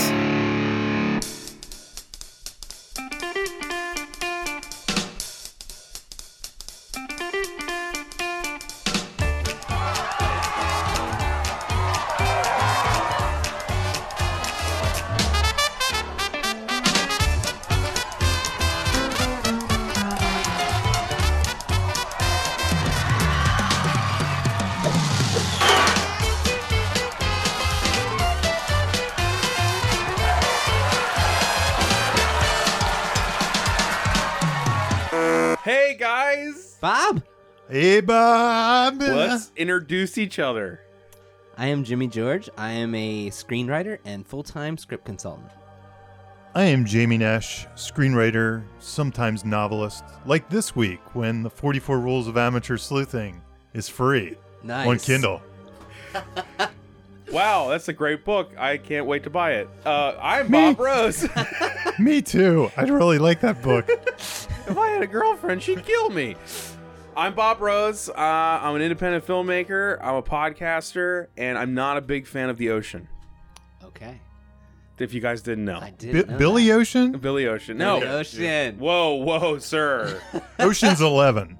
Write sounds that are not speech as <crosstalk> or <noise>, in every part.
Thundergrunt. Hey guys, Bob, Hey, Bob. let's introduce each other. I am Jimmy George. I am a screenwriter and full time script consultant. I am Jamie Nash, screenwriter, sometimes novelist, like this week when the 44 Rules of Amateur Sleuthing is free Nice. on Kindle. <laughs> Wow, that's a great book. I can't wait to buy it. Uh, I'm Bob Rose. <laughs> if Me too. I'd really like that book. I had a girlfriend, she'd kill me. I'm Bob Rose. Uh, I'm an independent filmmaker. I'm a podcaster, and I'm not a big fan of the ocean. Okay. If you guys didn't know, I did. Bi- know Billy that. Ocean? Billy Ocean. No. Billy Ocean. Whoa, whoa, sir. Ocean's 11.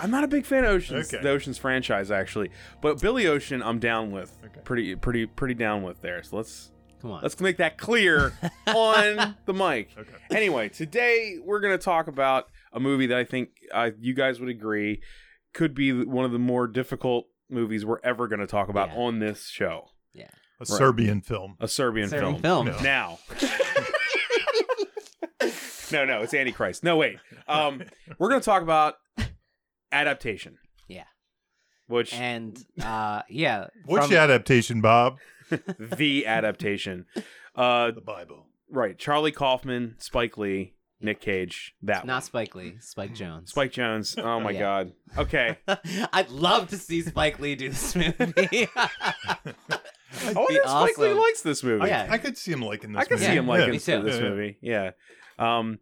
I'm not a big fan of Ocean's Okay. the Ocean's franchise actually, but Billy Ocean I'm down with. Okay. Pretty pretty pretty down with there. So let's Come on. Let's make that clear <laughs> on the mic. Okay. Anyway, today we're going to talk about a movie that I think uh, you guys would agree could be one of the more difficult movies we're ever going to talk about Yeah. on this show yeah. A Serbian film. a Serbian, Serbian film. film. <laughs> No. Now. no, no, it's Antichrist. No, wait. Um, we're going to talk about adaptation, Yeah. which And uh, <laughs> yeah. Which from- adaptation, Bob? <laughs> the adaptation. Uh, Bible. right. Charlie Kaufman, Spike Lee, Nick Cage, that Not Spike Lee. Spike Jones. Spike Jones. Oh my Yeah. god. Okay. <laughs> I'd love to see Spike Lee do <laughs> this movie. <laughs> <laughs> I wonder be if Spike Lee awesome. likes this movie. Yeah. Oh, I could see him liking this I can movie. see him Yeah. liking Me too. this Yeah. movie. Yeah. Um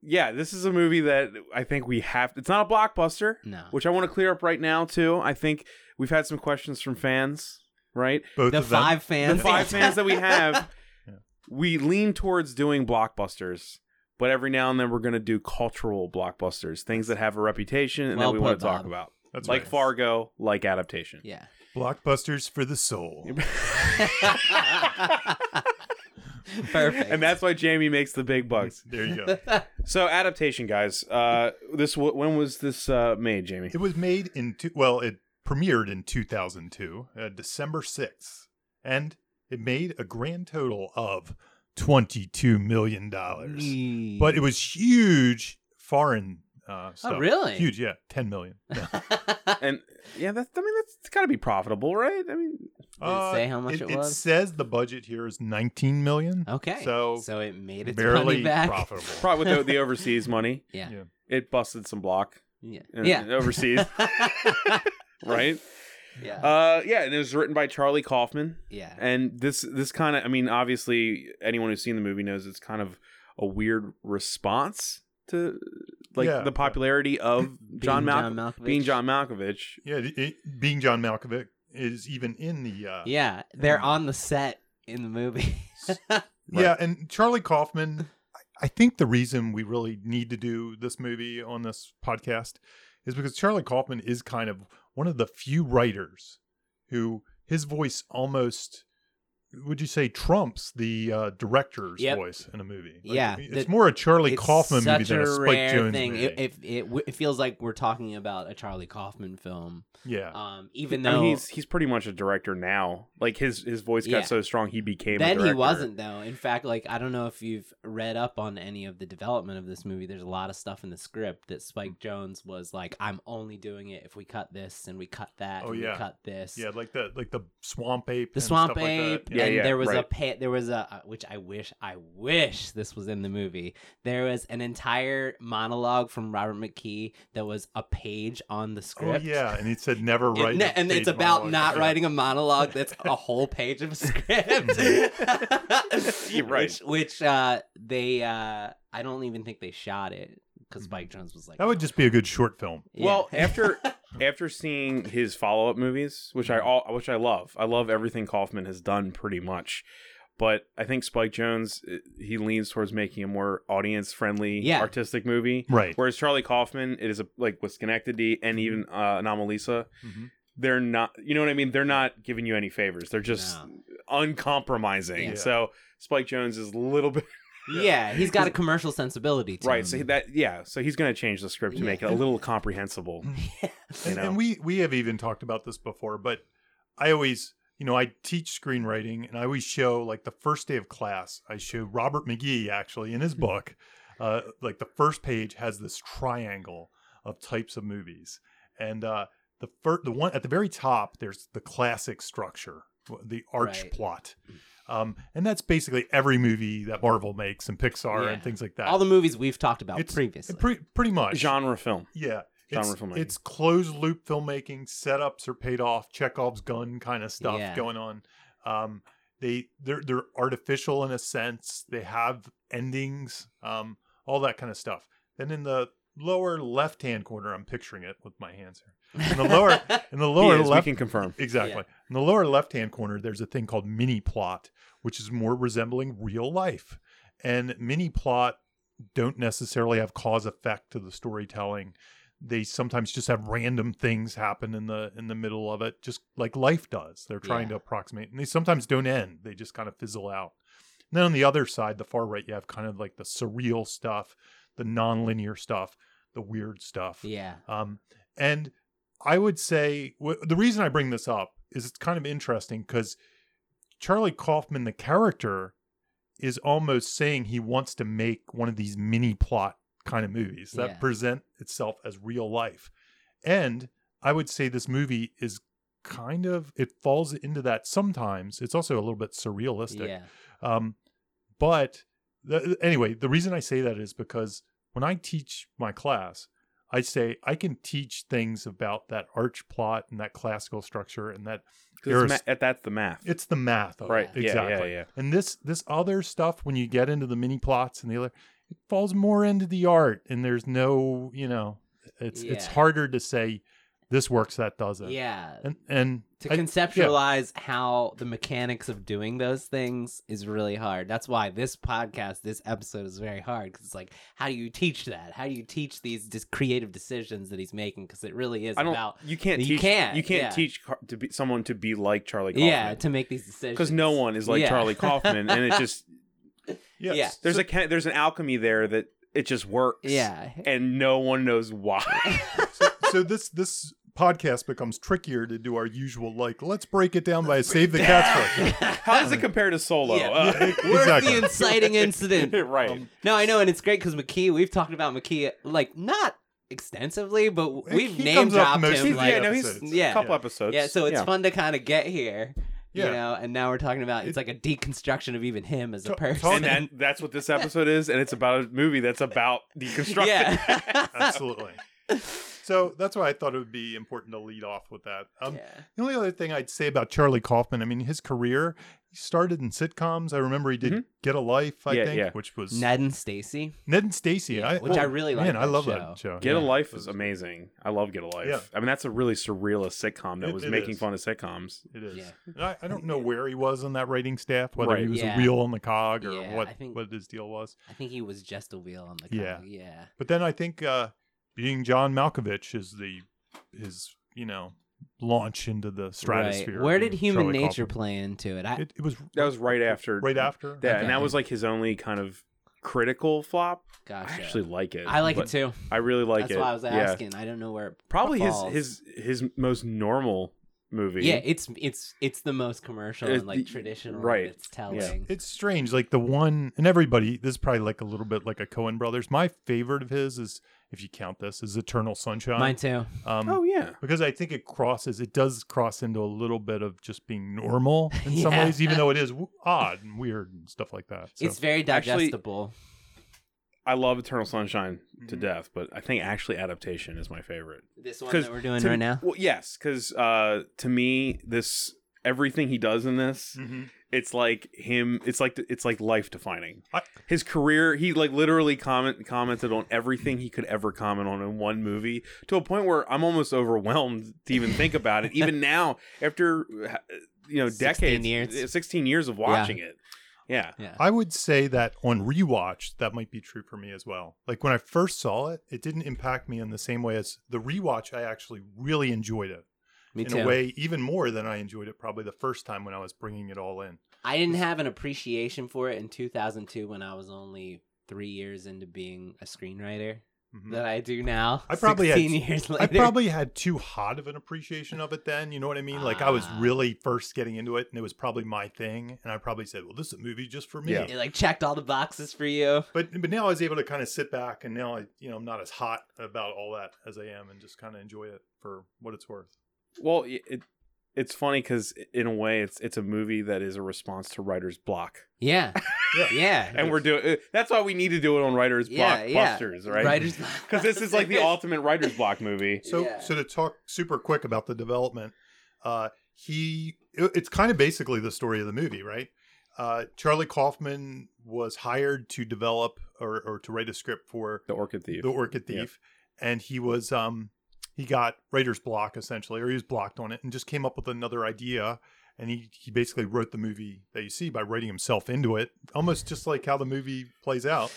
yeah, this is a movie that I think we have. It's not a blockbuster, no. which I want to clear up right now too. I think we've had some questions from fans, right? Both The of them. five fans. The five fans <laughs> that we have, Yeah. we lean towards doing blockbusters, but every now and then we're going to do cultural blockbusters, things that have a reputation and Well that we want put, to talk Bob. about, That's like right. Fargo, like adaptation. <laughs> Yeah. <laughs> Blockbusters for the soul. Perfect. And that's why Jamie makes the big bucks. There you go. So adaptation, guys. Uh, this w- when was this uh, made, Jamie? It was made in two, well, it premiered in 2002, uh, December 6th, and it made a grand total of 22 million dollars. But it was huge foreign uh stuff. Oh, really? Huge, yeah, 10 million. <laughs> <laughs> And yeah, that's I mean that's got to be profitable, right? I mean, Did it say how much it Uh, It was? Oh. says the budget here is 19 million. okay. So, so it made its money barely <laughs> back. profitable. probably with the, the overseas money, Yeah. Yeah. it busted some block <laughs> Yeah. in, yeah. overseas, right? <laughs> yeah. Uh, yeah, and it was written by Charlie Kaufman. yeah. And this this kind of I mean, obviously anyone who's seen the movie knows it's kind of a weird response to like Yeah. the popularity <laughs> of John, Mal- Malkovich. being John Malkovich. yeah, it, it- being John Malkovich is even in the uh Yeah, they're on the set in the movie. <laughs> Yeah, and Charlie Kaufman, I- I think the reason we really need to do this movie on this podcast is because Charlie Kaufman is kind of one of the few writers who his voice almost would you say trumps the uh, director's Yep. voice in a movie? Yeah, it's that- more a Charlie It's Kaufman movie such than a a Spike rare Jones thing. movie. It, if it, w- it feels like we're talking about a Charlie Kaufman film, yeah, um, even I though mean, he's he's pretty much a director now. Like his his voice got Yeah. so strong, he became. a then he director. wasn't though. In fact, like I don't know if you've read up on any of the development of this movie. There's a lot of stuff in the script that Spike Jones was like, "I'm only doing it if we cut this and we cut that. Oh, and yeah. we cut this. yeah, like the like the swamp ape, the and swamp stuff like that. ape Yeah, and <laughs> yeah, there was a right. pa- there was a uh, which i wish i wish this was in the movie there was an entire monologue from robert mckee that was a page on the Oh script yeah, and he said never It- write. ne- a and stage it's about monologue. not Yeah. writing a monologue that's a whole page of a script You're right. which, which uh they uh i don't even think they shot it because spike jones was like That would just be a good short film. yeah. <laughs> Well, after after seeing his follow up movies, which I all which I love, I love everything Kaufman has done pretty much. But I think Spike Jones eh, he leans towards making a more audience friendly, Yeah. artistic movie. Right. Whereas Charlie Kaufman, it is a, like with Schenectady and Mm-hmm. even uh, Anomalisa, Mhm. they're not. You know what I mean? They're not giving you any favors. They're just No. uncompromising. Yeah. So Spike Jones is a little <laughs> bit yeah, he's got a commercial sensibility. To right. him. So Um, that yeah. So he's going to change the script to Yeah. make it a little comprehensible. you and, know? and we we have even talked about this before but i always you know i teach screenwriting and i always show like the first day of class i show robert mcgee actually in Hmm. his book uh, like the first page has this triangle of types of movies and uh, the first the one at the very top there's the classic structure the arch Right. Hmm. plot um, and that's basically every movie that marvel makes and pixar Yeah. and things like that <laughs> all the movies we've talked about It's- previously. pre- pretty much Genre film. yeah. Genre It's, filmmaking. it's closed loop filmmaking, setups are paid off, Chekhov's gun kind of stuff Yeah. going on. Um, they they're they're artificial in a sense. They have endings, um, all that kind of stuff. Then in the lower left hand corner, I'm picturing it with my hands here. In the lower <laughs> in the He lower is, left we can confirm. <laughs> exactly in the lower left hand corner, there's a thing called mini plot, which is more resembling real life. And mini plot don't necessarily have cause effect to the storytelling. They sometimes just have random things happen in the in the middle of it, just like life does. They're trying to Yeah. approximate, and they sometimes don't end. They just kind of fizzle out. And then on the other side, the far right, you have kind of like the surreal stuff, the nonlinear stuff, the weird stuff. yeah, Um, and I would say w- the reason I bring this up is it's kind of interesting because Charlie Kaufman, the character, is almost saying he wants to make one of these mini plot kind of movies that Yeah. present itself as real life. And I would say this movie is kind of it falls into that sometimes. It's also a little bit surrealistic. yeah, Um, but the, anyway, the reason I say that is because when I teach my class, I say I can teach things about that arch plot and that classical structure and that 'Cause There's- it's ma- that's the math. it's the math Oh, of right. it. Yeah, Exactly. Yeah, yeah, And this this other stuff when you get into the mini plots and the other it falls more into the art and there's no, you know, it's it's Yeah. harder to say this works that doesn't. yeah. And and To I- conceptualize how the mechanics of doing those things is really hard. That's why this podcast, this episode, is very hard because it's like, how do you teach that? How do you teach these dis- creative decisions that he's making? Because it really is I don't. about you can't. You teach, can't, You can't yeah. teach car, to be someone to be like Charlie. Kaufman. yeah to make these decisions because no one is like Yeah. Charlie Kaufman, and it <laughs> just yeah, Yeah. there's a a there's an alchemy there that it just works. Yeah, and no one knows why. <laughs> so, so this this podcast becomes trickier to do our usual like let's break it down by a save the cats <laughs> trick. How does it compare to Solo? Yeah. <laughs> Uh, Where's Exactly. the inciting <laughs> incident? <laughs> right. Um, No, I know, and it's great because McKee. We've talked about McKee like not extensively, but He we've name comes up dropped most of him. the Like, yeah, no, he's episodes. a Yeah. couple episodes. yeah, so it's fun to kind of get here, you Yeah. know. And now we're talking about it's It- like a deconstruction of even him as a Talk- person. And <laughs> <laughs> that, that's what this episode is, and it's about a movie that's about deconstruction. yeah. Absolutely. So that's why I thought it would be important to lead off with that. <laughs> Um, Yeah. The only other thing I'd say about Charlie Kaufman, I mean, his career, he started in sitcoms. I remember he did Get a Life, I Yeah, think, yeah. which was Ned Ned, and Stacy. and Stacy, Yeah, which I really like Man, I that love show. that show. Get yeah. a Life is amazing. I love Get a Life. Yeah. I mean, that's a really surrealist sitcom that It- was it making is. fun of sitcoms. It is. Yeah. And I, I <laughs> don't know where he was on that writing staff, whether he Right. was Yeah. a wheel on the cog or Yeah, what, I think- what his deal was. I think he was just a wheel on the Yeah. cog. Yeah. But then I think uh, being John Malkovich is the his you know launch into the stratosphere. Right. Where did in human Charlie nature Kaufman. play into it? I, It, it was That was right after. right after. Yeah, Okay. and that was like his only kind of critical flop. gosh, I yeah. actually like it. I like but it too. I really like That's it. why I was Yeah. asking. I don't know where. It probably his falls. his his most normal movie. Yeah, it's it's it's the most commercial It- and like y- traditional. right. Right. It's telling. It's strange. Like the one and everybody. This is probably like a little bit like a Cohen brothers. My favorite of his is, if you count this, is Eternal Sunshine. Mine too. Um, oh yeah. because I think it crosses. It does cross into a little bit of just being normal in some Yeah. ways, even though it is w- odd and weird and stuff like that. So. It's very Actually- digestible. I love Eternal Sunshine to Mhm. death, but I think actually adaptation is my favorite. this one 'cause that we're doing To- right now. Well, yes, because uh, to me this everything he does in this Mhm. it's like him it's like it's like life defining I- his career he like literally comment commented on everything he could ever comment on in one movie to a point where i'm almost overwhelmed to even think about it even now after uh, you know 16 decades years. 16 years of watching it yeah Yeah. I would say that on rewatch, that might be true for me as well. Like when I first saw it, it didn't impact me in the same way as the rewatch. I actually really enjoyed it Me in too. a way even more than I enjoyed it probably the first time when I was bringing it all in. I didn't have an appreciation for it in 2002 when I was only three years into being a screenwriter Mhm. that I do now. I probably had- 16 years later. I probably had too hot of an appreciation of it then. You know what I mean? Like I was Ah. really first getting into it, and it was probably my thing. And I probably said, "Well, this is a movie just for me." Yeah. It, like checked all the boxes for you. But but now I was able to kind of sit back, and now I you know I'm not as hot about all that as I am, and just kind of enjoy it for what it's worth. well it, it- it's funny because in a way it's it's a movie that is a response to writer's block Yeah. Yeah. yeah. and we're doing uh, that's why we need to do it on writer's block Yeah, yeah. busters <laughs> right Writers. because this is like the <laughs> ultimate writer's block movie So Yeah. so to talk super quick about the development, uh, he it- it's kind of basically the story of the movie, right? Uh, Charlie Kaufman was hired to develop or, or to write a script for the orchid thief the Orchid Yeah. Thief, and he was um he got writer's block essentially, or he was blocked on it, and just came up with another idea, and he he basically wrote the movie that you see by writing himself into it, almost just like how the movie plays out,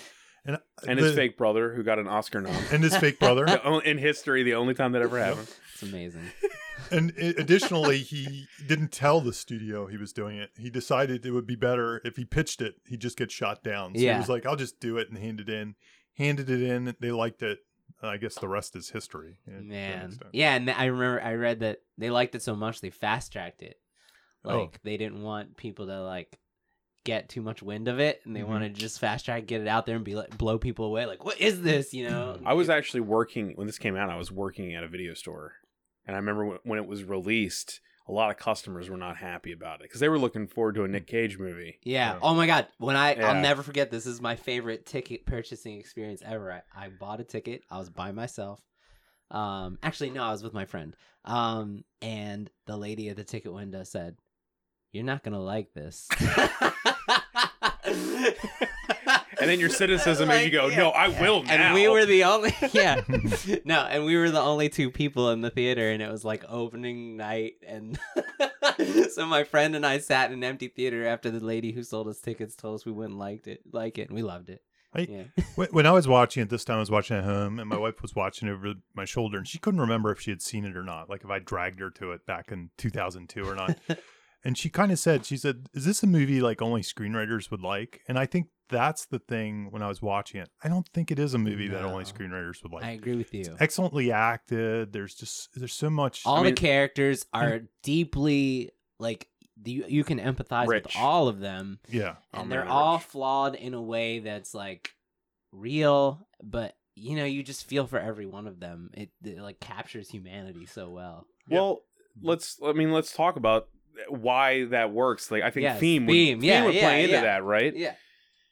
and uh, and the, his fake brother who got an Oscar nom. <laughs> and his fake brother, The on- in history, the only time that ever happened. It's amazing. and i- additionally he didn't tell the studio he was doing it. He decided it would be better if he pitched it, he'd just get shot down. So Yeah. he was like, I'll just do it and hand it in. Handed it in, they liked it. I guess the rest is history. yeah, to an Man. extent. Yeah, and I remember I read that they liked it so much they fast tracked it. Like Oh. they didn't want people to like get too much wind of it and they Mhm. wanted to just fast track get it out there and be like blow people away like what is this, you know? I was actually working when this came out. I was working at a video store, and I remember when, when it was released. A lot of customers were not happy about it because they were looking forward to a Nick Cage movie. yeah. Yeah. Oh my god. When I I'll Yeah. never forget this is my favorite ticket purchasing experience ever. I, I bought a ticket. I was by myself. Um actually no, I was with my friend. Um and the lady at the ticket window said, "You're not going to like this." And then your cynicism is you go, "No, I will now." And we were the only <laughs> yeah. no, and we were the only two people in the theater and it was like opening night and <laughs> so my friend and I sat in an empty theater after the lady who sold us tickets told us we wouldn't liked it like it and we loved it. I- yeah. When, when I was watching it this time, I was watching at <laughs> home, and my wife was watching over my shoulder, and she couldn't remember if she had seen it or not, like if I dragged her to it back in 2002 or not. and she kind of said, "She said, is this a movie like only screenwriters would like?" And I think that's the thing when I was watching it. I don't think it is a movie that only No. screenwriters would <laughs> like. I agree with you. Excellently acted. There's just there's so much. All I mean- hmm. the characters are deeply like you, you can empathize Rich. with all of them. yeah, and I'm they're really all rich. flawed in a way that's like real but you know you just feel for every one of them it, it like captures humanity so well Yeah. Well, let's. I mean, let's talk about why that works. Like, I think Yes, theme, theme, would, yeah, would yeah, play into yeah. that, right? yeah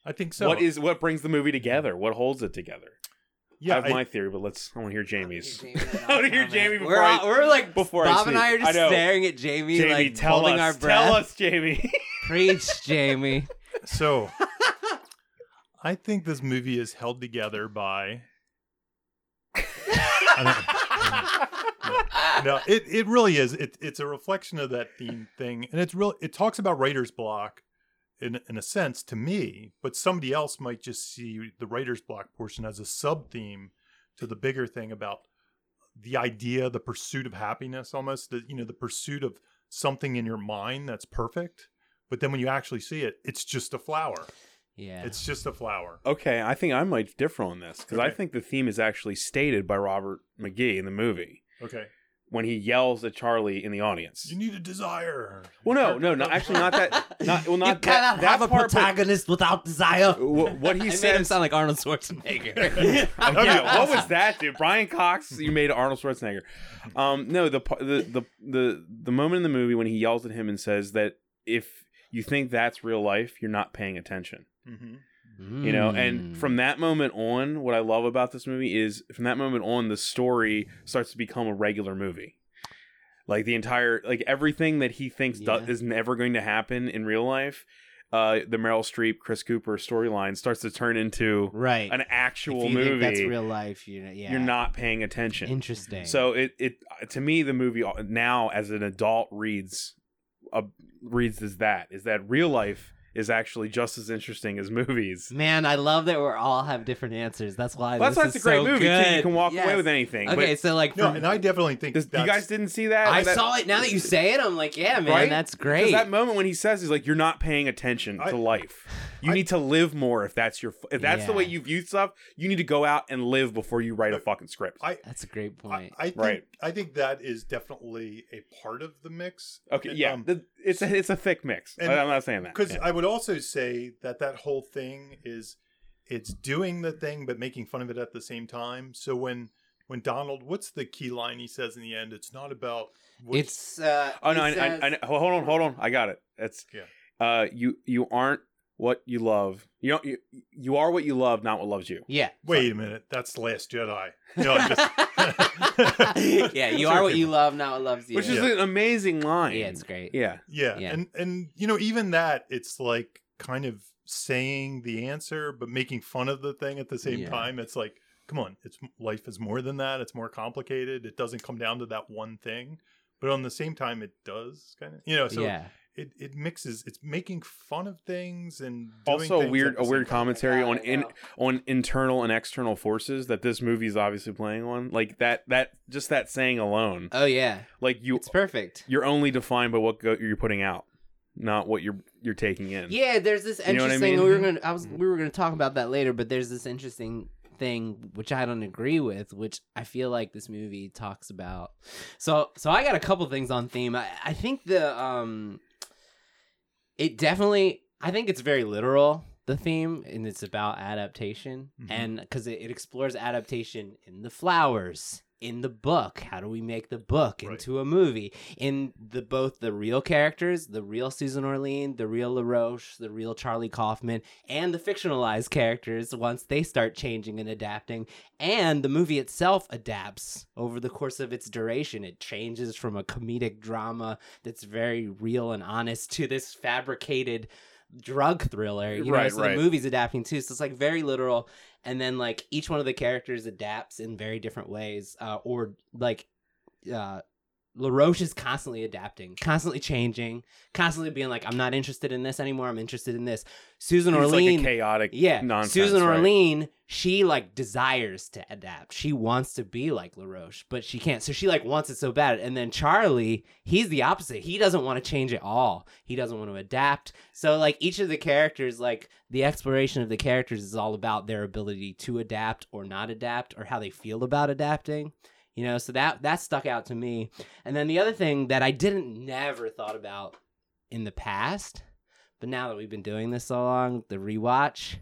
I think so. what is what brings the movie together? What holds it together? Yeah, I have I- my theory, but let's. I want to hear Jamie's. <laughs> I I wanna hear Jamie before we're, I- all- we're like before I Bob and see. I are I just know. staring at Jamie, Jamie, like tell holding us. our breath. Tell us, <laughs> Jamie. <laughs> Preach, Jamie. <laughs> so. I think this movie is held together by <laughs> no, it, it really is. It, it's a reflection of that theme thing, and it's real. It talks about writer's block, in in a sense to me, but somebody else might just see the writer's block portion as a sub theme to the bigger thing about the idea, the pursuit of happiness, almost the you know the pursuit of something in your mind that's perfect, but then when you actually see it, it's just a flower. yeah, It's just a flower. Okay, I think I might differ on this because I Okay. think the theme is actually stated by Robert McGee in the movie Okay, when he yells at Charlie in the audience. you need a desire. Well, no, no, no. Actually, not that. Not well, not <laughs> you that, cannot that have a part, but protagonist without desire. wh- what <laughs> I he made him says. sound like <laughs> Arnold Schwarzenegger. <laughs> Oh, yeah, what was that, dude? Brian Cox, you made Arnold Schwarzenegger. Um, no, the pa- the the the the moment in the movie when he yells at him and says that if you think that's real life, you're not paying attention. hmm you know Hmm. and from that moment on what i love about this movie is from that moment on the story starts to become a regular movie like the entire like everything that he thinks do- Yeah. is never going to happen in real life uh the meryl streep chris cooper storyline starts to turn into right. an actual if you movie Think that's real life. You know, yeah. you're not paying attention interesting. so it it uh, to me the movie now as an adult reads uh, reads as that is that real life is actually just as interesting as <laughs> movies man, I love that we are all have different answers. That's why Well, that's this why is it's a great so movie too. You good. can walk away Yes. with anything. Okay, Okay, so like, No, from- and I definitely think does, you that's- guys didn't see that? I That- saw it. Now that you say it, I'm like, yeah, man, Right? that's 'cause great. That moment when he says he's like, "You're not paying attention I- to life. You I- need to live more. If that's your, f- if that's the Yeah. way you view stuff, you need to go out and live before you write a fucking script." I, that's a great I, point. I think Right. I think that is definitely a part of the mix. Okay, yeah, Um, th- it's a, it's a thick mix. and- I'm not saying that because Yeah. I would also say that that whole thing is it's doing the thing but making fun of it at the same time. So when when Donald, what's the key line he says in the end? It's not about what- it's uh, Oh no! he I, I, I, says- know- hold on, hold on. I got it. That's Yeah. Uh, you you aren't what you love. You don't. You, you are what you love, not what loves you. yeah. Wait a minute, that's the Last Jedi. No, <laughs> I'm just, yeah, you are what you love, not what loves you. Which is Yeah. an amazing line. yeah, it's great. yeah. yeah, Yeah. and and you know even that it's like kind of saying the answer but making fun of the thing at the same Yeah. time. It's like come on, it's life is more than that. It's more complicated. It doesn't come down to that one thing. But on the same time, it does kind of, you know. So yeah. it it mixes it's making fun of things and doing Also, a things weird at the a same weird time. commentary Yeah, I on in know. on internal and external forces that this movie is obviously playing on. Like that that just that saying alone. Oh yeah, Like you it's perfect. you're only defined by what go- you're putting out, not what you're you're taking in. Yeah, there's this You know what I interesting. mean? Mm-hmm. We were gonna, I was, we were gonna talk about that later, but there's this interesting thing which I don't agree with, which I feel like this movie talks about. So, so I got a couple things on theme. I, I think the, um, it definitely, I think it's very literal the theme, and it's about adaptation, Mhm. Mm-hmm. and because it, it explores adaptation in the flowers. In the book, how do we make the book Right. into a movie? in the both the real characters, the real Susan Orlean, the real LaRoche, the real Charlie Kaufman, and the fictionalized characters once they start changing and adapting. And the movie itself adapts over the course of its duration. It changes from a comedic drama that's very real and honest to this fabricated drug thriller. You know, Right, so right. the movie's adapting too. So it's like very literal. And then like each one of the characters adapts in very different ways. Uh, or like uh LaRoche is constantly adapting, constantly changing, constantly being like, I'm not interested in this anymore, I'm interested in this. Susan It's like Orlean a chaotic yeah, nonsense. Susan right? Orlean, she like desires to adapt. She wants to be like LaRoche, but she can't. So she like wants it so bad. And then Charlie, he's the opposite. He doesn't want to change at all. He doesn't want to adapt. So like each of the characters, like the exploration of the characters is all about their ability to adapt or not adapt or how they feel about adapting. You know, so that that stuck out to me. And then the other thing that I didn't never thought about in the past, but now that we've been doing this so long, the rewatch,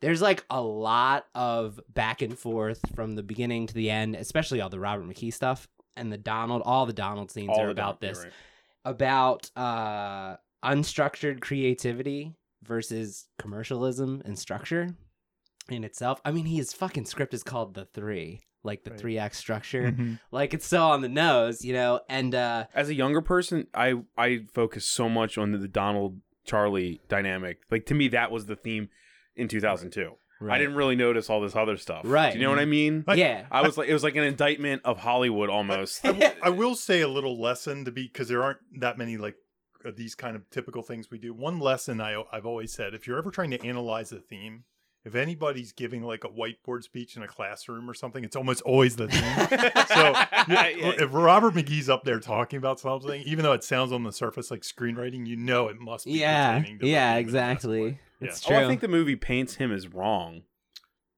there's like a lot of back and forth from the beginning to the end, especially all the Robert McKee stuff and the Donald, all the Donald scenes All are the about time, this you're right. about uh, unstructured creativity versus commercialism and structure in itself. I mean, his fucking script is called The Three, like the Right. three act structure. Mhm. like it's so on the nose, you know? And uh, as a younger person, I I focus so much on the Donald Charlie dynamic. Like to me, that was the theme in 2002. I didn't really notice all this other stuff. Right. Do you know what I <laughs> mean? <laughs> I- yeah. I was like, it was like an indictment of Hollywood <laughs> almost. I will, I will say a little lesson to be because there aren't that many like uh, these kind of typical things we do. One lesson I, I've always said if you're ever trying to analyze a theme, if anybody's giving like a whiteboard speech in a classroom or something, it's almost always <laughs> the theme. <laughs> So, Yeah, If Robert McGee's up there talking about something, even though it sounds on the surface like screenwriting, you know it must be. yeah, pertaining to the yeah, theme, and that's what- exactly. Yeah. It's Oh, true. I think the movie paints him as wrong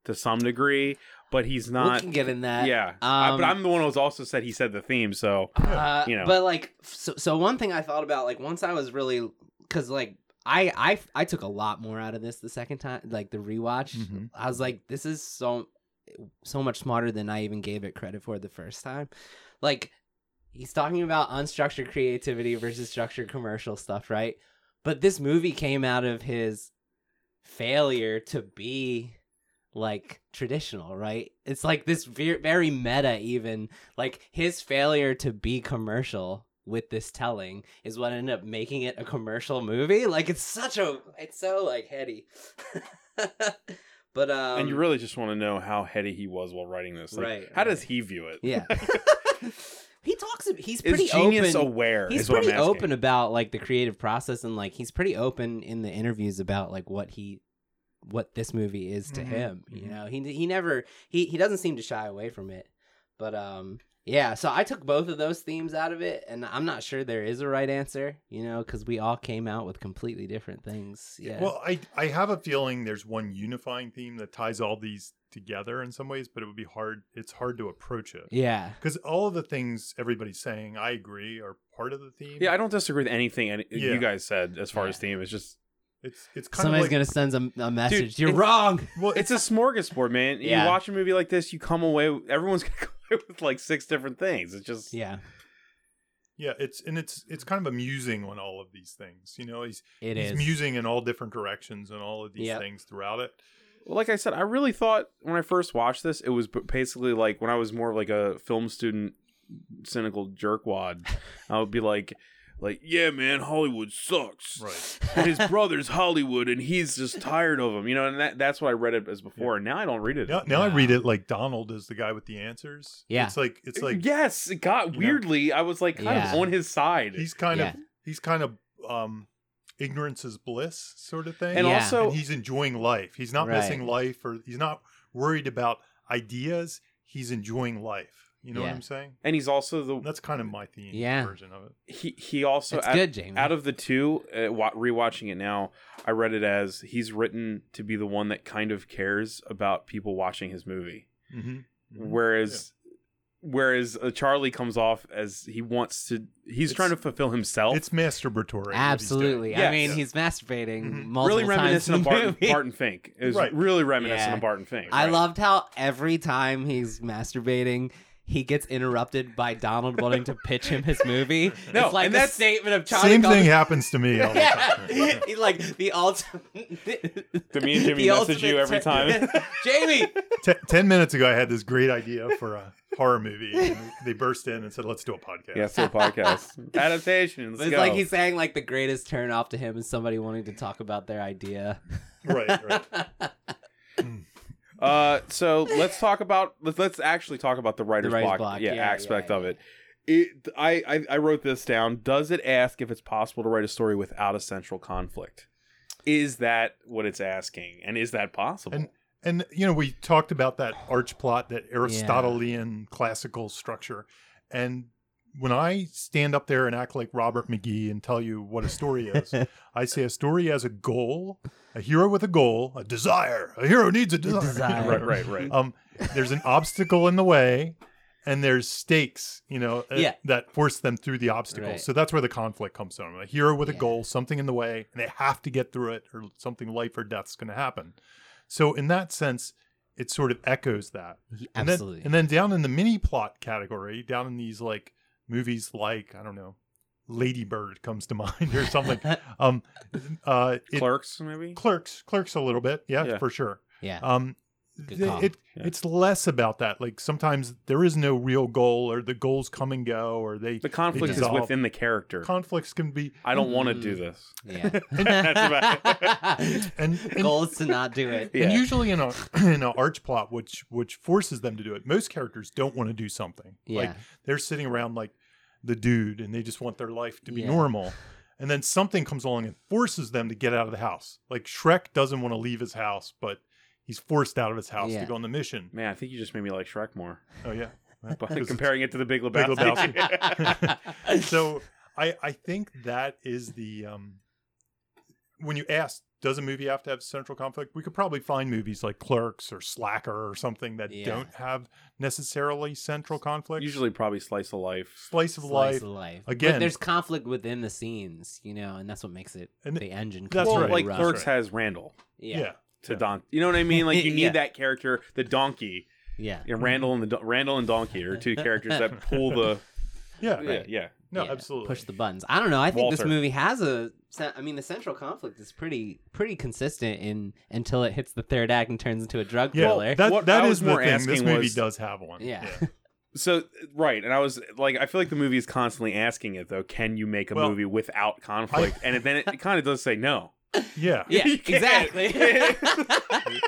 to some degree, but he's we not. can get in that. yeah. I- but um, I'm the one who's also said he said the theme. So Uh, you know. But like, f- so, so one thing I thought about, like, once I was really, cause like, I, I, I took a lot more out of this the second time, like the rewatch. Mhm. I was like, this is so, so much smarter than I even gave it credit for the first time. Like, he's talking about unstructured creativity versus structured commercial stuff, right? But this movie came out of his failure to be like traditional, right? It's like this ve- very meta, even like his failure to be commercial with this telling is what ended up making it a commercial movie. Like it's such a, it's so like heady. <laughs> but um, and you really just want to know how heady he was while writing this. Like, Right, How right. does he view it? <laughs> yeah. <laughs> He talks. He's Is pretty genius open. aware? he's is what pretty I'm asking. open about like the creative process and like he's pretty open in the interviews about like what he what this movie is to Mm-hmm. Mhm. him you Mhm. know he he never he he doesn't seem to shy away from it but um yeah so i took both of those themes out of it and i'm not sure there is a right answer you know because we all came out with completely different things yeah Well, I I have a feeling there's one unifying theme that ties all these together in some ways, but it would be hard. It's hard to approach it yeah because all of the things everybody's saying, I agree, are part of the theme. Yeah, I don't disagree with anything any- Yeah. you guys said as far Yeah. as theme. It's just it's it's kind somebody's of like, gonna send a, a message you're it's- wrong well, it's a smorgasbord, man. Yeah. You watch a movie like this, you come away. Everyone's <laughs> gonna come away with like six different things. It's just yeah yeah, it's and it's it's kind of amusing on all of these things. You know, he's it he's is <laughs> musing in all different directions and all of these Yep. things throughout it. Well, like I said, I really thought when I first watched this, it was b- basically like when I was more of like a film student, cynical jerkwad. I would be like, like, yeah, man, Hollywood sucks. Right. And his brother's Hollywood, and he's just tired of him, you know. And that, that's what I read it as before. And now I don't read it. Now, now I Yeah. read it like Donald is the guy with the answers. Yeah. It's like it's like yes, it got You know? weirdly. I was like kind Yeah. of on his side. he's kind Yeah. of he's kind of um ignorance is bliss sort of thing. and Yeah. also, and he's enjoying life. He's not Right. missing life or he's not worried about ideas. He's enjoying life. You know what Yeah. I'm saying? and he's also the That's kind of my theme Yeah. version of it. he he also it's out, good jamie out of the two uh, wa- rewatching it now i read it as he's written to be the one that kind of cares about people watching his movie Mm-hmm. whereas whereas uh, charlie comes off as he wants to he's It's- trying to fulfill himself it's masturbatory. what he's doing. Absolutely. I Yes. Mm-hmm. mean, Yeah. he's masturbating Mhm. multiple really times reminiscent in the of barton, movie. barton fink is Right. really reminiscent Yeah. of barton fink <laughs> I right? loved how every time he's masturbating, he gets interrupted by Donald wanting to pitch him his movie. <laughs> No, it's like and the that's- statement of Charlie. Same thing Kaufman. happens to me all the time. Yeah, <laughs> He, like the ultimate. The me and Jimmy message you every ultimate- <laughs> Jamie, Ten, ten minutes ago, I had this great idea for a horror movie. And they burst in and said, "Let's do a podcast." yeah <laughs> so podcast adaptation But let's it's go. like he's saying like the greatest turn off to him is somebody wanting to talk about their idea. Right. Right. Uh, so let's talk about let's, let's actually talk about the writer's, writer's block, block, Yeah, yeah, aspect yeah, of it. It I, I I wrote this down. Does it ask if it's possible to write a story without a central conflict? Is that what it's asking, and is that possible? And- And you know, we talked about that arch plot, that Aristotelian classical structure. And when I stand up there and act like Robert McGee and tell you what a story <laughs> is, I say a story has a goal, a hero with a goal, a desire. A hero needs a desire. desire. <laughs> right, right, right. Um, there's an obstacle in the way, and there's stakes, you know, uh, Yeah. that force them through the obstacle. Right. So that's where the conflict comes from. A hero with a Yeah. goal, something in the way, and they have to get through it, or something life or death's going to happen. So in that sense, it sort of echoes that. And then- Absolutely. and then down in the mini plot category, down in these like movies like I don't know, Ladybird comes to <laughs> mind or something. um, uh, it, Clerks, maybe. Clerks, Clerks a little bit, yeah, Yeah. for sure. <laughs> yeah. Um, Good th- call. it Yeah. it's less about that. Like sometimes there is no real goal, or the goals come and go, or they The conflict is dissolve. within the character. conflicts can be. I don't want to Mm. do this. yeah. <laughs> <laughs> And, and, Goals to not do it. Yeah. and usually in a <clears throat> in an arch plot, which which forces them to do it. Most characters don't want to do something. <laughs> Like Yeah. they're sitting around like the dude, and they just want their life to be Yeah. normal. And then something comes along and forces them to get out of the house. Like Shrek doesn't want to leave his house, but he's forced out of his house Yeah. to go on the mission. Man, I think you just made me like Shrek <laughs> more Oh yeah, by Because it's- comparing it to the Big Lebowski. And <laughs> so I I think that is the um when you ask does a movie have to have central conflict? We could probably find movies like Clerks or Slacker or something that Yeah. don't have necessarily central conflict. Usually, probably slice of life. slice of slice life. of life. Again- but there's conflict within the scenes, you know, and that's what makes it And the engine. that's well, completely like right. rough. Clerks has Randall yeah. yeah, yeah, to Yeah. Don. You know what I mean? Like <laughs> you need Yeah. that character, the donkey. Yeah, Randall and the Don- Randall and Donkey are two characters that pull the <laughs> Yeah. yeah yeah. No, Yeah. absolutely. Push the buttons. I don't know. I think this Walter. movie has a So, I mean, the central conflict is pretty pretty consistent in until it hits the third act and turns into a drug Yeah, thriller. that, <laughs> What that I is was the more thing. This asking movie was- does have one. Yeah. So right, and I was like, I feel like the movie is constantly asking it though. Can you make a Well, movie without conflict? and it, then it, <laughs> kind of does say no. yeah. <laughs> yeah, You can't. <laughs> exactly. I,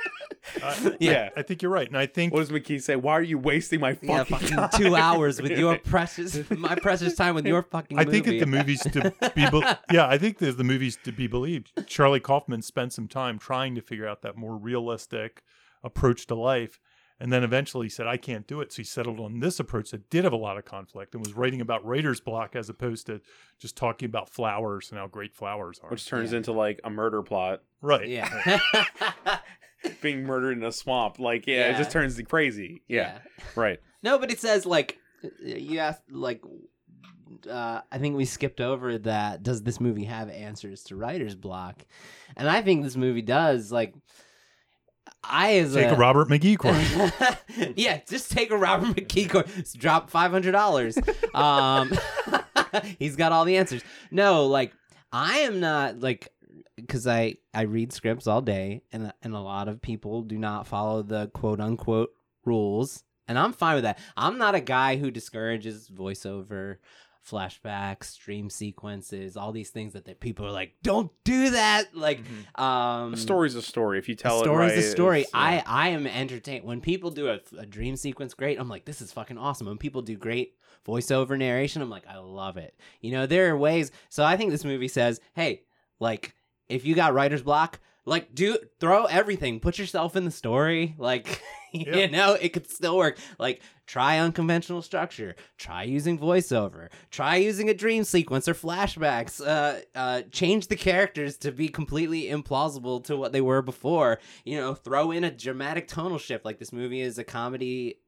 <laughs> Yeah. I think you're right, and I think What does McKee say? Why are you wasting my fucking, yeah, fucking time? two hours with <laughs> your precious, my precious time with your fucking. I think that movie. the movies to be <laughs> bel yeah, I think that the movies to be believed. Charlie Kaufman spent some time trying to figure out that more realistic approach to life, and then eventually he said, "I can't do it." So he settled on this approach that did have a lot of conflict and was writing about writer's block as opposed to just talking about flowers and how great flowers <laughs> are. Which turns Yeah. into like a murder plot, right? <laughs> yeah. being murdered in a swamp. Like, yeah, it Yeah. just turns to crazy. <laughs> Yeah, right. No, but it says like you asked like uh, I think we skipped over that. Does this movie have answers to writer's block? And I think this movie does. Like I as Take a Robert McGee course. <laughs> yeah, just take a Robert <laughs> McKee course. Drop five hundred dollars. um, <laughs> he's got all the answers. No, like I am not like because I I read scripts all day, and and a lot of people do not follow the quote unquote rules, and I'm fine with that. I'm not a guy who discourages voiceover. Flashbacks, dream sequences, all these things that, that people are like, don't do that. Like, um, Mm-hmm. A story's a story. If you a tell it, story's right, a story. it's, uh, I I am entertained when people do a, a dream sequence great. I'm like, this is fucking awesome. When people do great voiceover narration, I'm like, I love it. You know, there are ways. So I think this movie says, hey, like if you got writer's block, like do throw everything, put yourself in the story, like. <laughs> Yeah. You know, it could still work. Like, try unconventional structure. Try using voiceover. Try using a dream sequence or flashbacks. Uh, uh, change the characters to be completely implausible to what they were before you know, throw in a dramatic tonal shift. Like this movie is a comedy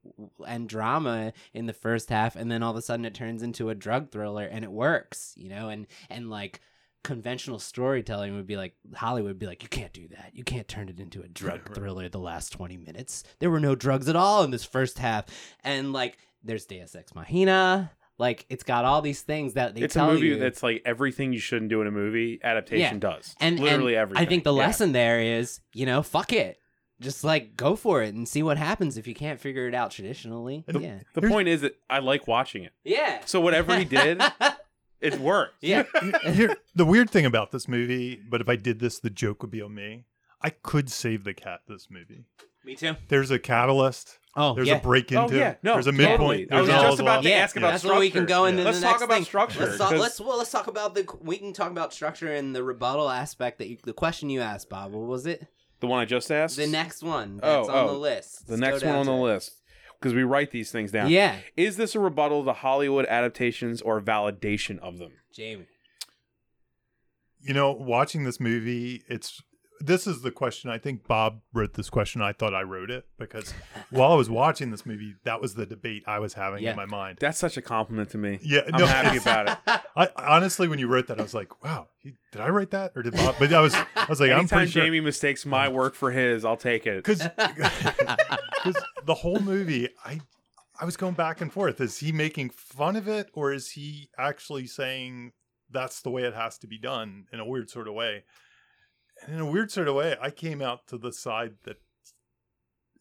and drama in the first half, and then all of a sudden it turns into a drug thriller, and it works, you know, and and like conventional storytelling would be like Hollywood would be like, you can't do that. You can't turn it into a drug Right. thriller the last twenty minutes. There were no drugs at all in this first half, and like there's Deus Ex Machina. Like it's got all these things that they it's a tell movie you. that's like everything you shouldn't do in a movie. Adaptation Yeah. does, and literally and everything. I think the Yeah. lesson there is, you know, fuck it, just like go for it and see what happens if you can't figure it out traditionally. And- yeah, The Here's- point is that I like watching it. yeah. So whatever he <laughs> did, it worked. yeah, Here, the weird thing about this movie, but if I did this, the joke would be on me. I could save the cat. This movie. me too. There's a catalyst. Oh, There's yeah. a break Oh, into. yeah. No, there's a totally. midpoint. I was there's just all the- about to Yeah. ask about That's where we can go structure. into Let's the talk next about thing. structure. Let's, talk, 'cause- let's well, let's talk about the. We can talk about structure and the rebuttal aspect that you, the question you asked, Bob. What was it? The one I just asked. The next one Oh, that's on oh. the list. The Let's next go one down on the to it. list because we write these things down. Yeah, Is this a rebuttal to Hollywood adaptations or validation of them? <laughs> Jamie. you know, watching this movie, it's this is the question. I think Bob wrote this question. I thought I wrote it <laughs> because while I was watching this movie, that was the debate I was having Yeah. in my mind. That's such a compliment to me. Yeah, I'm <laughs> no, happy about it. I, honestly, when you wrote that, I was like, "Wow, he, did I write that or did Bob?" But I was, I was <laughs> like, <laughs> "I'm Anytime pretty sure." Jamie mistakes my work for his, I'll take it. <laughs> <laughs> because the whole movie i i was going back and forth is he making fun of it or is he actually saying that's the way it has to be done in a weird sort of way and in a weird sort of way i came out to the side that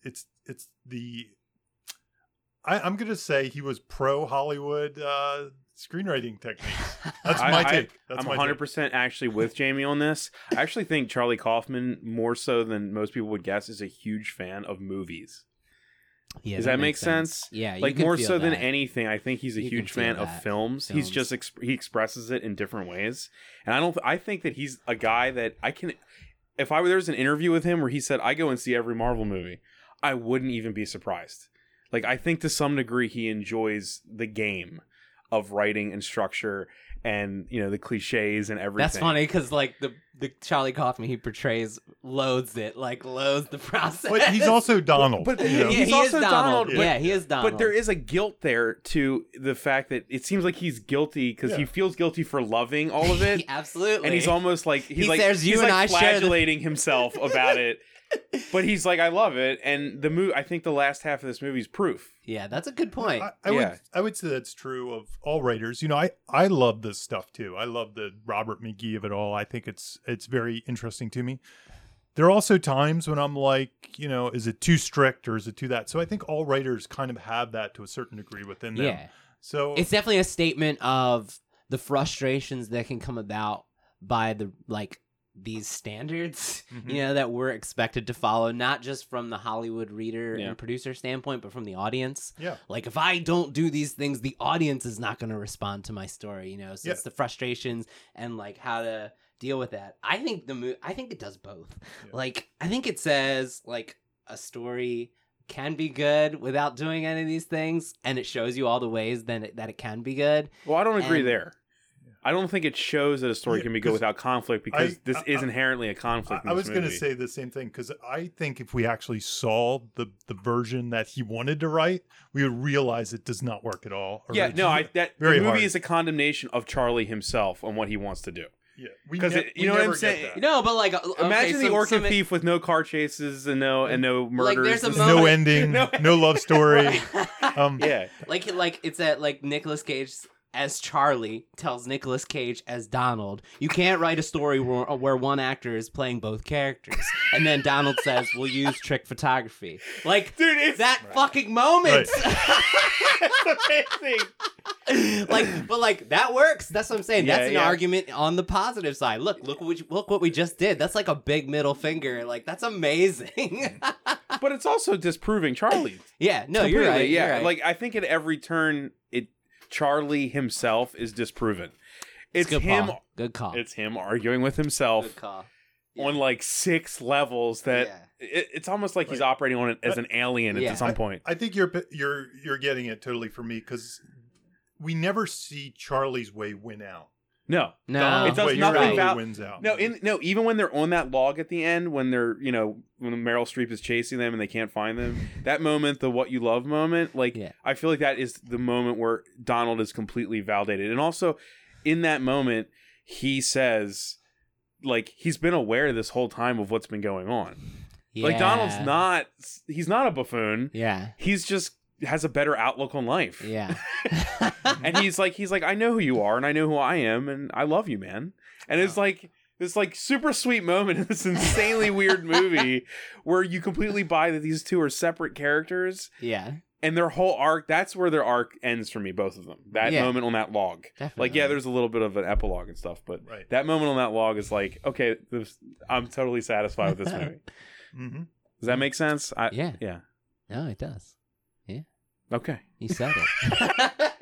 it's it's the I, i'm gonna say he was pro hollywood uh screenwriting techniques that's I- my I- take that's I'm my 100 take. percent actually <laughs> with Jamie on this. I actually think Charlie Kaufman, more so than most people would guess, is a huge fan of movies. Yeah, Does that make makes sense? Yeah, you like can more feel so than that. anything, I think he's a You can huge feel fan that. of films. Films. He's just exp- he expresses it in different ways, and I don't. I think that he's a guy that I can. If I were there was an interview with him where he said I go and see every Marvel movie, I wouldn't even be surprised. Like I think to some degree he enjoys the game of writing and structure and you know the cliches and everything. That's funny because like the the Charlie Kaufman he portrays loads it like loads the process. but <laughs> he's also donald But- you <laughs> know? yeah, He's he also is Donald, Donald. but- yeah, he is Donald. But there is a guilt there to the fact that it seems like he's guilty because Yeah. he feels guilty for loving all of it. <laughs> absolutely. and he's almost like he's He like says, he's "You like and I share the-" <laughs> flagellating himself about it but he's like, I love it, and the movie. I think the last half of this movie is proof. yeah, that's a good point. I, I Yeah. would I would say that's true of all writers. You know, I I love this stuff too. I love the Robert McGee of it all. I think it's it's very interesting to me. There are also times when I'm like, you know, is it too strict or is it too that? So I think all writers kind of have that to a certain degree within them. yeah. So It's definitely a statement of the frustrations that can come about by the like these standards, Mhm. you know, that we're expected to follow, not just from the Hollywood reader Yeah. and producer standpoint, but from the audience. yeah, Like if I don't do these things, the audience is not going to respond to my story, you know. So Yeah. it's the frustrations and like how to deal with that. I think the mo- I think it does both. Yeah. Like I think it says like a story can be good without doing any of these things, and it shows you all the ways then it, that it can be good. Well, I don't agree And- there. I don't think it shows that a story Yeah, can be good 'cause without conflict because I- this I- is I- inherently a conflict. I, in I this was going to movie. say the same thing because I think if we actually saw the the version that he wanted to write, we would realize it does not work at all. or Yeah, it's- no, I that Very the movie hard. is a condemnation of Charlie himself on what he wants to do. yeah, we 'cause ne- it- you we know what I'm never get saying? that. No, but like uh, okay, Uh, Imagine the so- orchid so ma- thief with no car chases and no and no murders. there's a This- There's no moment- <laughs> ending, No- no, love story. Um, yeah, like like it's that like Nicolas Cage as Charlie tells Nicolas Cage as Donald, you can't write a story where, where one actor is playing both characters, and then Donald says we'll use trick photography. Like dude, it's that fucking moment. It's <laughs> amazing. <laughs> like, but like that works. That's what I'm saying. Yeah, That's an yeah. argument on the positive side. Look, look what you, look what we just did. That's like a big middle finger. Like that's amazing. <laughs> but it's also disproving Charlie. yeah, no, Completely, you're right. Yeah, you're right. like I think at every turn, it Charlie himself is disproven. It's good him. Call. Good call. It's him arguing with himself good call. on like six levels. That it, it's almost like he's Right. operating on it as an alien Yeah. at some point. I think you're you're you're getting it totally for me because we never see Charlie's way win out. No, No, Donald's It does way nothing usually about- wins out. No, in, no. Even when they're on that log at the end, when they're you know when Meryl Streep is chasing them and they can't find <laughs> them, that moment, the "What You Love" moment, like Yeah. I feel like that is the moment where Donald is completely validated, and also in that moment, he says, like he's been aware this whole time of what's been going on. Like Donald's Yeah. not, he's not a buffoon. Yeah. He's just has a better outlook on life. <laughs> Yeah. and he's like he's like i know who you are and i know who i am and i love you man and it's like this like super sweet moment in this insanely weird <laughs> movie where you completely buy that these two are separate characters yeah. and their whole arc that's where their arc ends for me both of them that Yeah. Uh-huh. moment on that log Definitely. like yeah there's a little bit of an epilogue and stuff but right. that moment on that log is like okay this, i'm totally satisfied <laughs> with this movie hmm does that make sense I, Yeah. yeah No, it does. okay You said <laughs> it.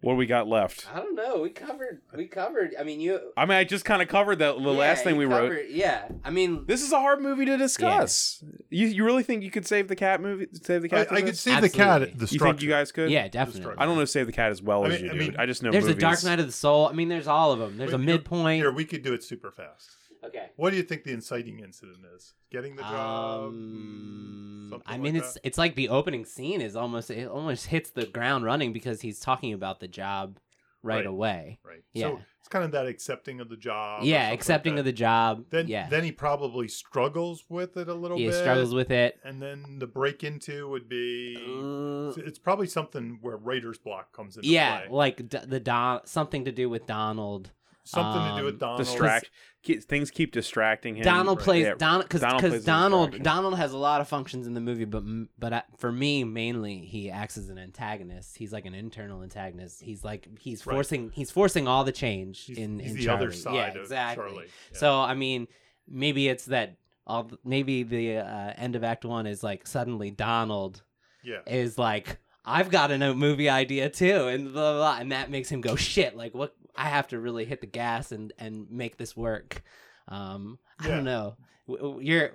what do we got left I don't know. We covered. We covered. I mean, you. i mean i just kind of covered the, the last thing we wrote Yeah. I mean, This is a hard movie to discuss. You you really think you could save the cat movie? Save the I, cat? I from could this? save the cat. Absolutely. The You structure. think you guys could? yeah, definitely. I don't know save the cat as well I as mean- you I do. mean- I just know There's movies. a Dark Knight of the Soul. I mean, there's all of them. There's a Wait, you're- midpoint. Here we could do it super fast. okay. What do you think the inciting incident is? Getting the job. Mm, Um, something I like mean, that? it's it's like the opening scene is almost it almost hits the ground running because he's talking about the job right, Right. away. right. yeah. So it's kind of that accepting of the job. or something yeah, like accepting that. of the job. Then yeah, then he probably struggles with it a little he bit. struggles with it. And then the break into would be. Uh, it's- it's probably something where writer's block comes into yeah, play. like d- the Don, something to do with Donald. Something to do um, with Donald. Distract. ke- things keep distracting him. Donald plays Yeah. Donald because Donald plays Donald the Donald, distraction. has a lot of functions in the movie, but m- but I, for me mainly he acts as an antagonist. He's like an internal antagonist. He's like he's Right. forcing he's forcing all the change He's, in, he's in the Charlie. other side yeah, of exactly. Charlie. Yeah. So I mean, maybe it's that all th- maybe the uh, end of Act One is like suddenly Donald yeah. is like I've got a new movie idea too, and blah, blah blah, and that makes him go shit. Like what I have to really hit the gas and and make this work. Um, I Yeah. don't know. W- w- You're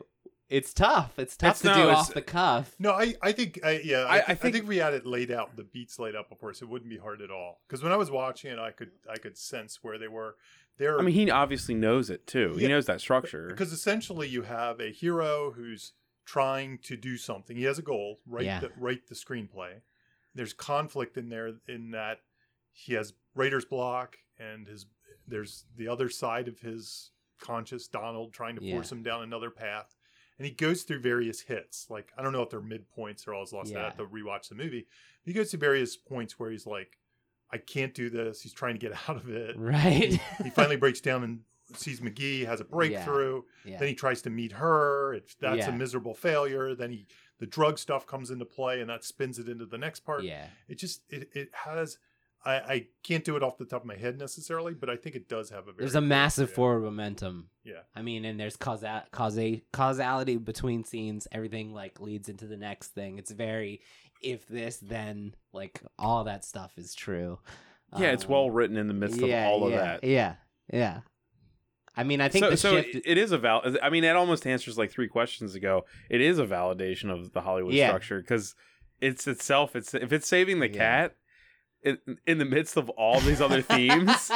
it's tough. It's tough It's- to no, do it's- off the cuff. No, I, I think I, yeah, I- I, I thi- I, think, think- we had it laid out, the beats laid out before, so it wouldn't be hard at all. Because when I was watching it, I could I could sense where they were. They're I mean, he obviously knows it too. He Yeah. knows that structure. because essentially you have a hero who's trying to do something. He has a goal. Write Yeah. the write the screenplay. There's conflict in there in that he has writer's block and his there's the other side of his conscious Donald trying to Yeah. force him down another path. And he goes through various hits. Like I don't know if they're midpoints or I was lost. that I have Yeah. to rewatch the movie. He goes through various points where he's like, "I can't do this." He's trying to get <laughs> out of <laughs> it. Right. he finally breaks down and sees McGee has a breakthrough. <laughs> yeah. Then he tries to meet her. It's that's Yeah. a miserable failure. Then he the drug stuff comes into play, and that spins it into the next part. yeah. It just it it has. I, I can't do it off the top of my head necessarily, but I think it does have a. Very There's a good- massive yeah. forward momentum. Yeah. I mean, and there's causa- causa- causality between scenes. Everything like leads into the next thing. It's very if this then like all that stuff is true. Yeah, it's Um, well written in the midst yeah, of all of yeah, that. Yeah. Yeah. I mean, I think so the so shift it- it is a val. I mean, it almost answers like three questions ago. It is a validation of the Hollywood Yeah. structure because it's itself. It's if it's saving the Yeah. cat in, in the midst of all these <laughs> <laughs> other themes.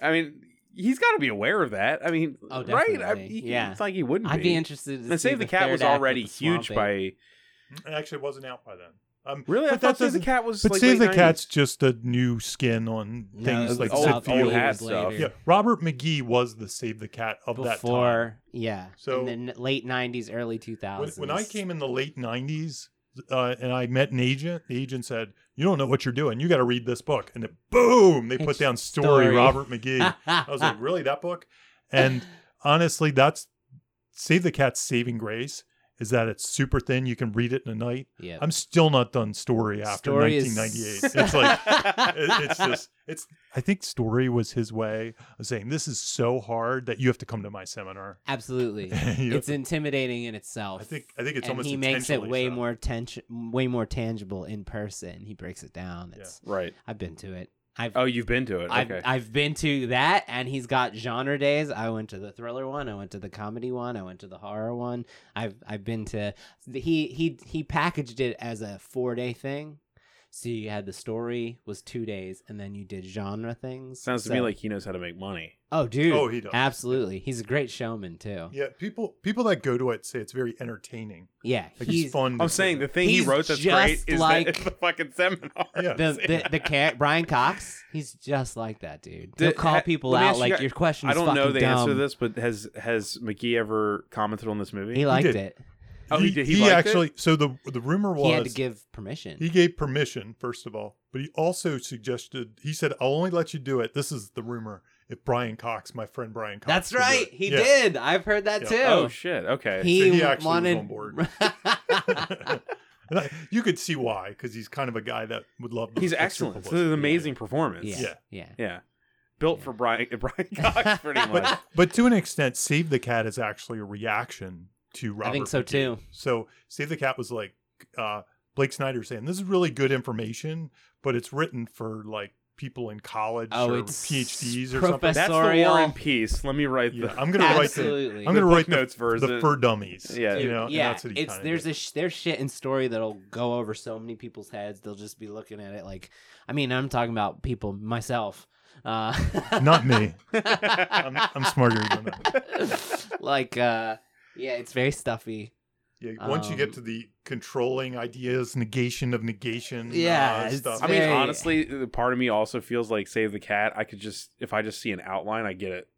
I mean, he's got to be aware of that. I mean, Oh, right? I, definitely. he- Yeah. it's like he wouldn't. I'd be interested. To And see Save the Cat was third act with already the huge Swamp Ape. by It Mm, actually wasn't out by then. Um, really. I But that thought Save the doesn't- Cat was. but like, Save late the 90s. Cat's just a new skin on No, it things was like old- Sid about three old Field. hat years stuff. later. Yeah, Robert McGee was the Save the Cat of that time. before yeah So- so in the n- late 90s early 2000s when, when <laughs> I came in the late '90s uh, and I met an agent, the agent said, "You don't know what you're doing. You got to read this book." And then, boom, they put It's down story, story. Robert McGee. <laughs> I was like, "Really, that book?" And honestly, that's Save the Cat's saving grace is that it's super thin. You can read it in a night. yeah I'm still not done story after Story is- <laughs> 1998. It's like it, it's just it's. I think story was his way of saying this is so hard that you have to come to my seminar. <laughs> absolutely You have it's intimidating in itself I think I think it's and almost he makes it intentionally way so. more tension way more tangible in person he breaks it down Yeah. it's right? i've been to it i've Oh, you've been to it. I've, okay. I've been to that, and he's got genre days. I went to the thriller one. I went to the comedy one. I went to the horror one. I've I've been to he he he packaged it as a four day thing. So you had the story was two days, and then you did genre things. Sounds to So- me like he knows how to make <laughs> money. oh dude, Oh, he does. absolutely. He's a great showman too. Yeah, Yeah, people people that go to it say it's very entertaining. Like he's it's fun. to I'm see. saying the thing he He's wrote that's just great is that like- it's the fucking seminar. Yeah. the the, <laughs> the car- Brian Cox. He's just like that dude. He'll Did- call ha- people let me out ask you like guys- your question. I Is don't know fucking the dumb. answer to this, but has has McGee ever commented on this movie? He liked did. it. Oh, he did- he liked it? actually. So the the rumor was He had to give permission. he gave permission first of all, but he also suggested he said I'll only let you do it. This is the rumor. If Brian Cox, my friend Brian Cox, That's could do right. it. He Yeah. did. I've heard that Yeah. too. oh shit. Okay. he, So he actually was wanted. <laughs> on board. <laughs> And I- you could see why because he's kind of a guy that would love. He's extra excellent. It's publicity. an amazing performance. yeah, Yeah. yeah, Yeah. Built Yeah. for Brian <laughs> Brian <laughs> Cox <laughs> pretty much. But but to an extent, Save the Cat is actually a reaction to Robert. I think so McGee. too. So Save the Cat was like uh, Blake Snyder saying this is really good information, but it's written for like people in college Oh, or it's PhDs or profess- <laughs> something. That's the Sorry, War all- and Peace. Let me write Yeah, the I'm gonna write the, Absolutely. I'm gonna the write book notes the, version. the for dummies. Yeah. you know, and yeah, that's what he it's kinda there's did. a sh- there's shit in story that'll go over so many people's heads. They'll just be looking at it like, I mean, I'm talking about people myself. Uh, <laughs> not me. I'm, I'm smarter than that. like, uh, yeah, it's very stuffy. Yeah, <laughs> once you get Um, to the controlling ideas, negation of negation, Yeah, uh, it's stuff. I mean, Very- honestly, the part of me also feels like Save the Cat. I could just, if I just see an outline, I get it.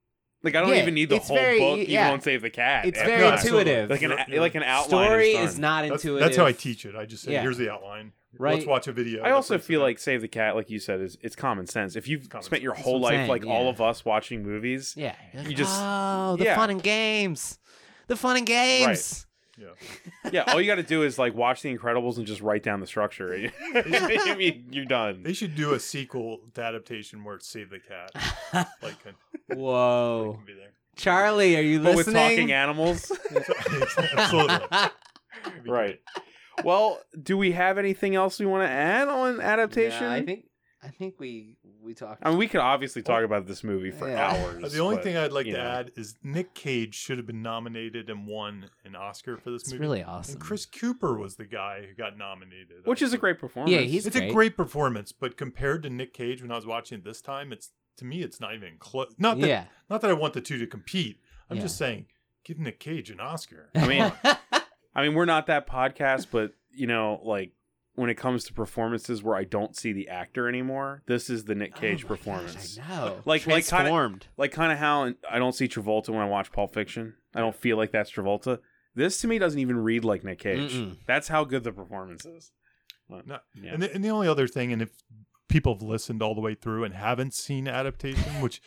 Like I don't Yeah, even need the it's whole very- e, book. Even yeah. on Save the Cat. It's Yeah. very no, absolutely. intuitive. Like an You're- you're- like an outline. Story done. is not that's, intuitive. that's how I teach it. I just say, Yeah. here's the outline. Let's Right. watch a video. I That's also what it's feel about. like Save the Cat, like you said, is it's common sense. If you've common spent your sense. whole That's what life I'm like saying, all yeah. of us watching <laughs> movies, Yeah. You're You just- oh, the yeah. fun and games, the fun and games. yeah, all you got to do is like watch The Incredibles and just write down the structure. <laughs> I mean, you're done. They should do a sequel to adaptation where it's Save the <laughs> Cat. Like, it Whoa, can be there. Charlie, are you But with listening? talking <laughs> animals, <laughs> Absolutely. It'd <laughs> be right? Well, do we have anything else we want to add on adaptation? I think I think we we talked. I mean, we could obviously talk about this movie for Yeah. hours. Uh, The only but, thing I'd like to you know. add is Nick Cage should have been nominated and won an Oscar for this it's movie. really awesome. And Chris Cooper was the guy who got nominated. <laughs> which is a great. great performance. Yeah, he's- it's a great. great performance, but compared to Nick Cage when I was watching it this time, it's to me it's not even close. Not that yeah, not that I want the two to compete. I'm Yeah. just saying, give Nick Cage an Oscar. <laughs> I mean, I mean, we're not that podcast, but you know, like when it comes to performances where I don't see the actor anymore. This is the Nick Cage Oh my gosh, performance. I know. Like- like kinda- transformed. like kind of how in- I don't see Travolta when I watch Pulp Fiction. I don't feel like that's Travolta. This to me doesn't even read like Nick Cage. Mm-mm. That's how good the performance is. But, No, yeah. And the, and the only other thing, and if people have listened all the way through and haven't seen adaptation, which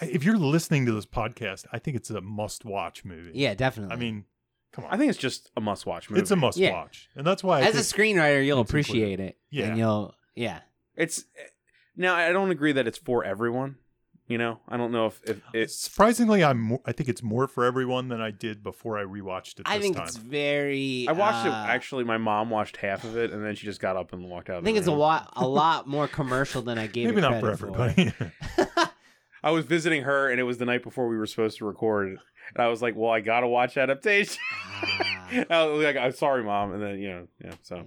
I- if you're listening to this podcast, I think it's a must-watch movie. yeah, definitely. I mean, come on, I think it's just a must-watch movie. it's a must-watch, and that's why I as a think- screenwriter, you'll it's included. appreciate it. Yeah. and you'll yeah. It's eh, now I don't agree that it's for everyone. You know, I don't know if if it's surprisingly, I'm more, I think it's more for everyone than I did before I rewatched it. I this think time. it's very. I watched it. uh, Actually, my mom watched half of it, and then she just got up and walked out. I Of think the it's a room. lot, a lot more commercial than I gave. maybe it not for credit everybody. <laughs> I was visiting her, and it was the night before we were supposed to record, and I was like, "Well, I gotta watch adaptation." <laughs> <laughs> Ah. I was like, "I'm sorry, mom," and then you know, yeah, so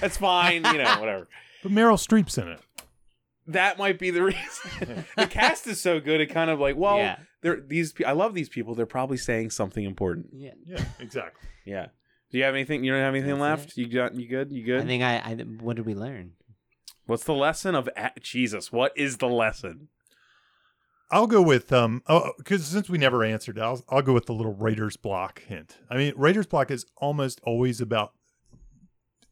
that's fine. You <laughs> know, whatever. but Meryl Streep's in it. That might be the <laughs> reason. the cast is so good. It kind of like, well, yeah, they're these. pe- I love these people. They're probably saying something important. yeah. Yeah, exactly. Yeah. Do you have anything? You don't have anything That's left? You got? You good? You good? I think I, I. What did we learn? What's the lesson of a- Jesus? What is the lesson? I'll go with um oh because since we never answered, I'll I'll go with the little Raiders block hint. I mean, Raiders block is almost always about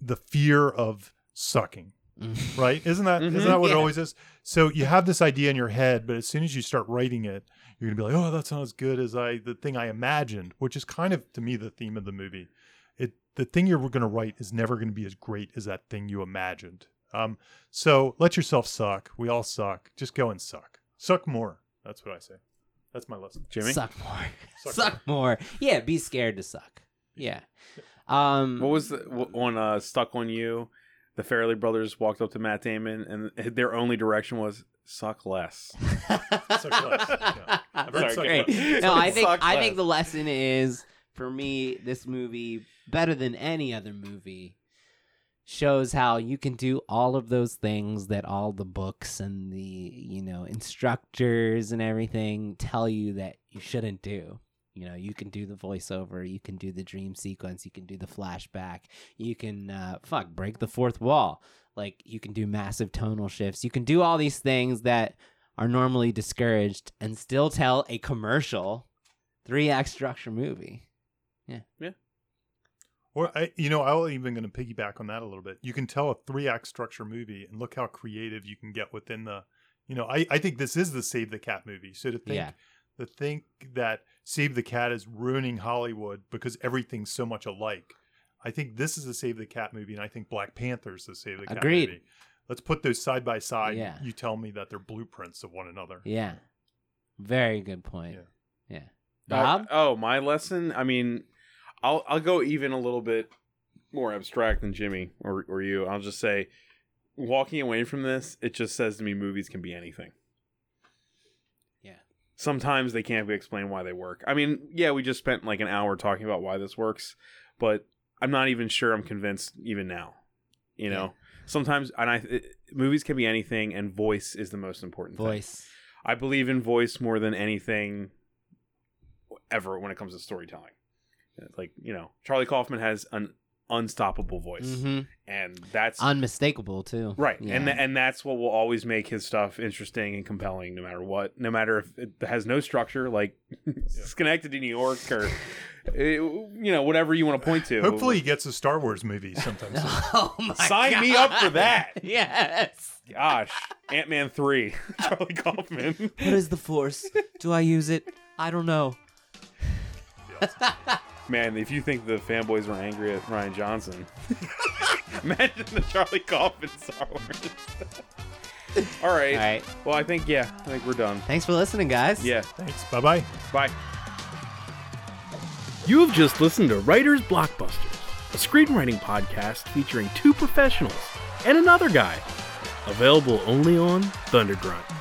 the fear of sucking, Mm. <laughs> right? Isn't that Mhm. not that what Yeah. it always is? So you have this idea in your head, but as soon as you start writing it, you're gonna be like, oh, that's not as good as I the thing I imagined, which is kind of to me the theme of the movie. It the thing you're gonna write is never gonna be as great as that thing you imagined. Um, so let yourself suck. We all suck. Just go and suck. Suck more. That's what I say. That's my lesson. Jimmy? Suck more. Suck Suck, more. Yeah, be scared to suck. Yeah. Um What was the wh- on uh, Stuck on You? The Farrelly brothers walked up to Matt Damon, and their only direction was suck less. <laughs> Suck less. Yeah. I've heard That's suck <laughs> great. less. No, I think Suck I less. think the lesson is for me this movie better than any other movie shows how you can do all of those things that all the books and the you know instructors and everything tell you that you shouldn't do. You know, you can do the voiceover, you can do the dream sequence, you can do the flashback, you can uh, fuck break the fourth wall. Like you can do massive tonal shifts, you can do all these things that are normally discouraged, and still tell a commercial three act structure movie. Or I, you know, I'll even going to piggyback on that a little bit. You can tell a three act structure movie, and look how creative you can get within the. You know, I I think this is the Save the Cat movie. So to think Yeah. to think that Save the Cat is ruining Hollywood because everything's so much alike. I think this is the Save the Cat movie, and I think Black Panther's the Save the Cat Agreed. movie. Let's put those side by side. Yeah. You tell me that they're blueprints of one another. Yeah, very good point. Yeah, Uh, Bob. oh, my lesson. I mean, I'll I'll go even a little bit more abstract than Jimmy or or you. I'll just say, walking away from this, it just says to me, movies can be anything. Yeah. Sometimes they can't be explained why they work. I mean, yeah, we just spent like an hour talking about why this works, but I'm not even sure I'm convinced even now. You know, Yeah. sometimes and I it, movies can be anything, and voice is the most important. thing. Voice. I believe in voice more than anything ever when it comes to storytelling. It's Like, you know, Charlie Kaufman has an unstoppable voice hmm and that's Unmistakable too. right. Yeah. <laughs> And and that's what will always make his stuff interesting and compelling no matter what. No matter if it has no structure like <laughs> Schenectady, New York or eh, you know, whatever you want to point to. Hopefully, he gets a Star Wars <laughs> movie sometime soon. <laughs> oh my Sign me up for God. <laughs> that. Yes. gosh, Ant-Man 3, <laughs> Charlie Kaufman. What is the force? Do I use it? I don't know. Man, if you think the fanboys were angry at Ryan Johnson, <laughs> imagine the Charlie Kaufman Star Wars. <laughs> All right. All right. Well, I think yeah, I think we're done. Thanks for listening, guys. Yeah. Thanks. Bye bye. Bye. You've just listened to Writers Blockbusters, a screenwriting podcast featuring two professionals and another guy. Available only on Thundergrunt.